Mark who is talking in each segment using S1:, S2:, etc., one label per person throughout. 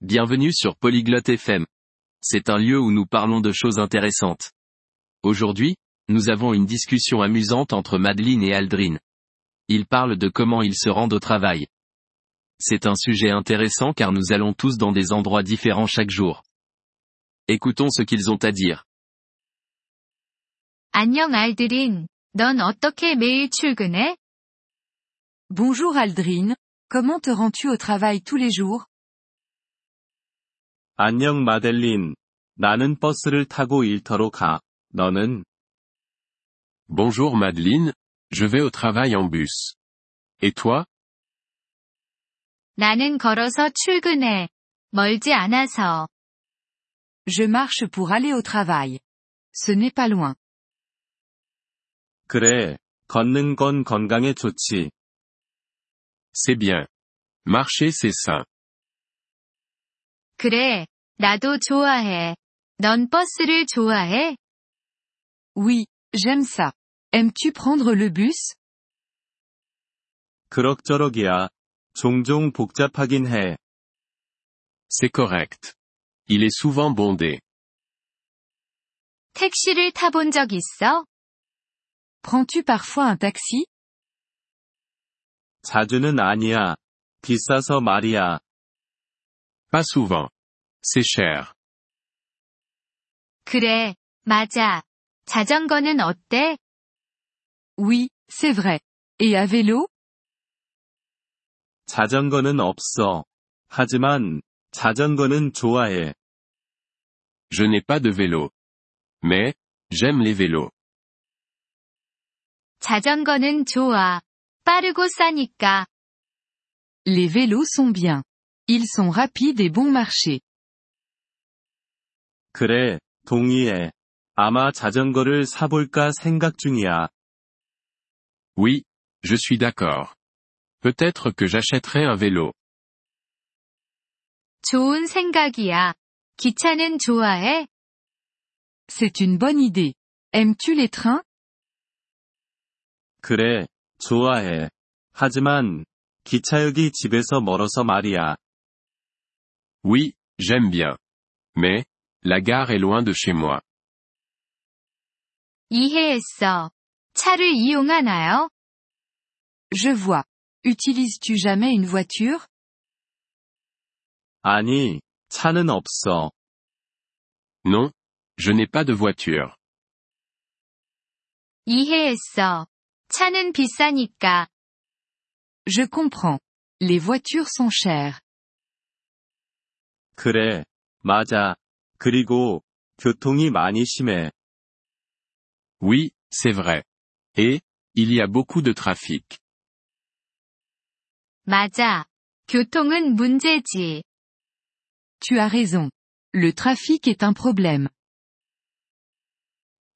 S1: Bienvenue sur Polyglotte FM. C'est un lieu où nous parlons de choses intéressantes. Aujourd'hui, nous avons une discussion amusante entre Madeleine et Aldrin. Ils parlent de comment ils se rendent au travail. C'est un sujet intéressant car nous allons tous dans des endroits différents chaque jour. Écoutons ce qu'ils ont à dire.
S2: 안녕 알드린. 넌 어떻게 매일 출근해?
S3: Bonjour Aldrin, comment te rends-tu au travail tous les jours
S4: 안녕 마델린. 나는 버스를 타고 일터로 가. 너는?
S5: Bonjour Madeleine, je vais au travail en bus. Et toi?
S2: 나는 걸어서 출근해. 멀지 않아서.
S3: Je marche pour aller au travail. Ce n'est pas loin.
S4: 그래. 걷는 건 건강에 좋지.
S5: C'est bien. Marcher c'est sain.
S2: 그래. 나도 좋아해. 넌 버스를 좋아해?
S3: Oui, j'aime ça. Aimes-tu prendre le bus
S4: 그럭저럭이야. 종종 복잡하긴 해.
S5: C'est correct. Il est souvent bondé.
S2: 택시를 타본 적 있어?
S3: Prends-tu parfois un taxi
S4: 자주는 아니야. 비싸서 말이야.
S5: Pas souvent. C'est cher.
S2: 그래. 맞아. 자전거는 어때?
S3: Oui, c'est vrai. Et à vélo
S4: 자전거는 없어. 하지만, 자전거는 좋아해.
S5: Je n'ai pas de vélo. Mais, j'aime les vélos.
S2: 자전거는 좋아. 빠르고 싸니까.
S3: Les vélos sont bien. Ils sont rapides et bon marché.
S4: 그래, 동의해. 아마 자전거를 사볼까 생각 중이야.
S5: Oui, je suis d'accord. Peut-être que j'achèterai un vélo.
S2: 좋은 생각이야. 기차는 좋아해?
S3: C'est une bonne idée. Aimes-tu les trains
S4: 그래, 좋아해. 하지만, 기차역이 집에서 멀어서 말이야.
S5: Oui, j'aime bien. Mais, la gare est loin de chez moi.
S2: 이해했어. 차를 이용하나요?
S3: Je vois. Utilises-tu jamais une voiture
S4: 아니, 차는 없어.
S5: Non, je n'ai pas de voiture.
S2: 이해했어. 차는 비싸니까.
S3: Je comprends. Les voitures sont chères.
S4: 그래, 맞아. 그리고, 교통이 많이 심해.
S5: Oui, c'est vrai. Et, il y a beaucoup de trafic.
S2: 맞아. 교통은 문제지.
S3: Tu as raison. Le trafic est un problème.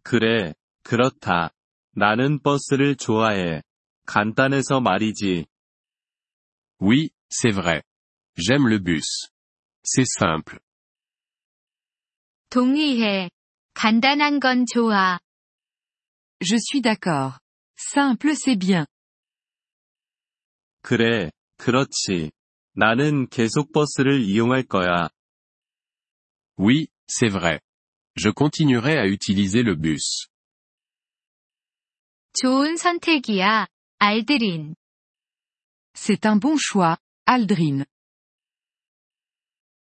S4: 그래, 그렇다. 나는 버스를 좋아해. 간단해서 말이지.
S5: Oui, c'est vrai. J'aime le bus. C'est simple.
S2: 동의해. 간단한 건 좋아.
S3: Je suis d'accord. Simple c'est bien.
S4: 그래, 그렇지. 나는 계속 버스를 이용할 거야.
S5: Oui, c'est vrai. Je continuerai à utiliser le bus.
S2: 좋은 선택이야. 알드린.
S3: C'est un bon choix, Aldrin.